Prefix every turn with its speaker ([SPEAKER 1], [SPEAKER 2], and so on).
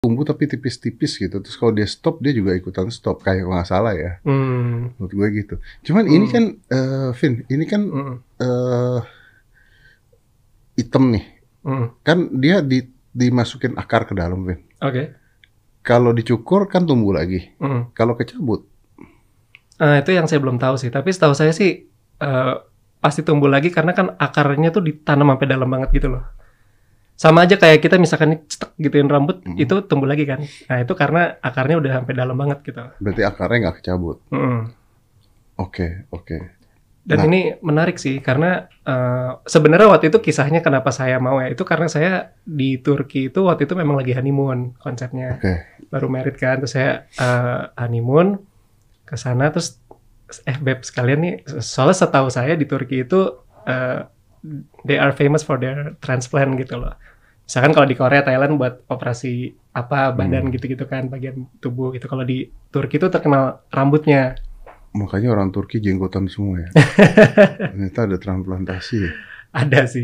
[SPEAKER 1] punggu tapi tipis-tipis gitu. Terus kalau dia stop dia juga ikutan stop kayak nggak salah ya.
[SPEAKER 2] Hmm.
[SPEAKER 1] Menurut gue gitu. Cuman ini kan eh Vin, ini kan
[SPEAKER 2] Hmm.
[SPEAKER 1] eh item nih.
[SPEAKER 2] Hmm.
[SPEAKER 1] Kan dia di, dimasukin akar ke dalam, Vin.
[SPEAKER 2] Oke.
[SPEAKER 1] Kalau dicukur kan tumbuh lagi.
[SPEAKER 2] Hmm.
[SPEAKER 1] Kalau kecabut,
[SPEAKER 2] Eh, itu yang saya belum tahu sih. Tapi setahu saya sih eh, pasti tumbuh lagi karena kan akarnya tuh ditanam sampai dalam banget gitu loh. Sama aja kayak kita misalkan nih, cetek gituin rambut
[SPEAKER 1] Hmm.
[SPEAKER 2] itu tumbuh lagi kan. Nah itu karena akarnya udah sampai dalam banget gitu.
[SPEAKER 1] berarti akarnya nggak kecabut.
[SPEAKER 2] Mm.
[SPEAKER 1] Oke, oke.
[SPEAKER 2] Dan
[SPEAKER 1] Nah.
[SPEAKER 2] ini menarik sih karena eh, sebenarnya waktu itu kisahnya kenapa saya mau ya itu karena saya di Turki itu waktu itu memang lagi honeymoon konsepnya.
[SPEAKER 1] Oke.
[SPEAKER 2] Baru married kan terus saya eh, honeymoon ke sana terus eh beb sekalian nih soalnya setahu saya di Turki itu eh, they are famous for their transplant gitu loh. Misalkan kalau di Korea, Thailand buat operasi apa badan gitu-gitu kan bagian tubuh gitu. Kalau di Turki itu terkenal rambutnya.
[SPEAKER 1] Makanya orang Turki jenggotan semua ya. Ternyata ada transplantasi ya.
[SPEAKER 2] Ada sih.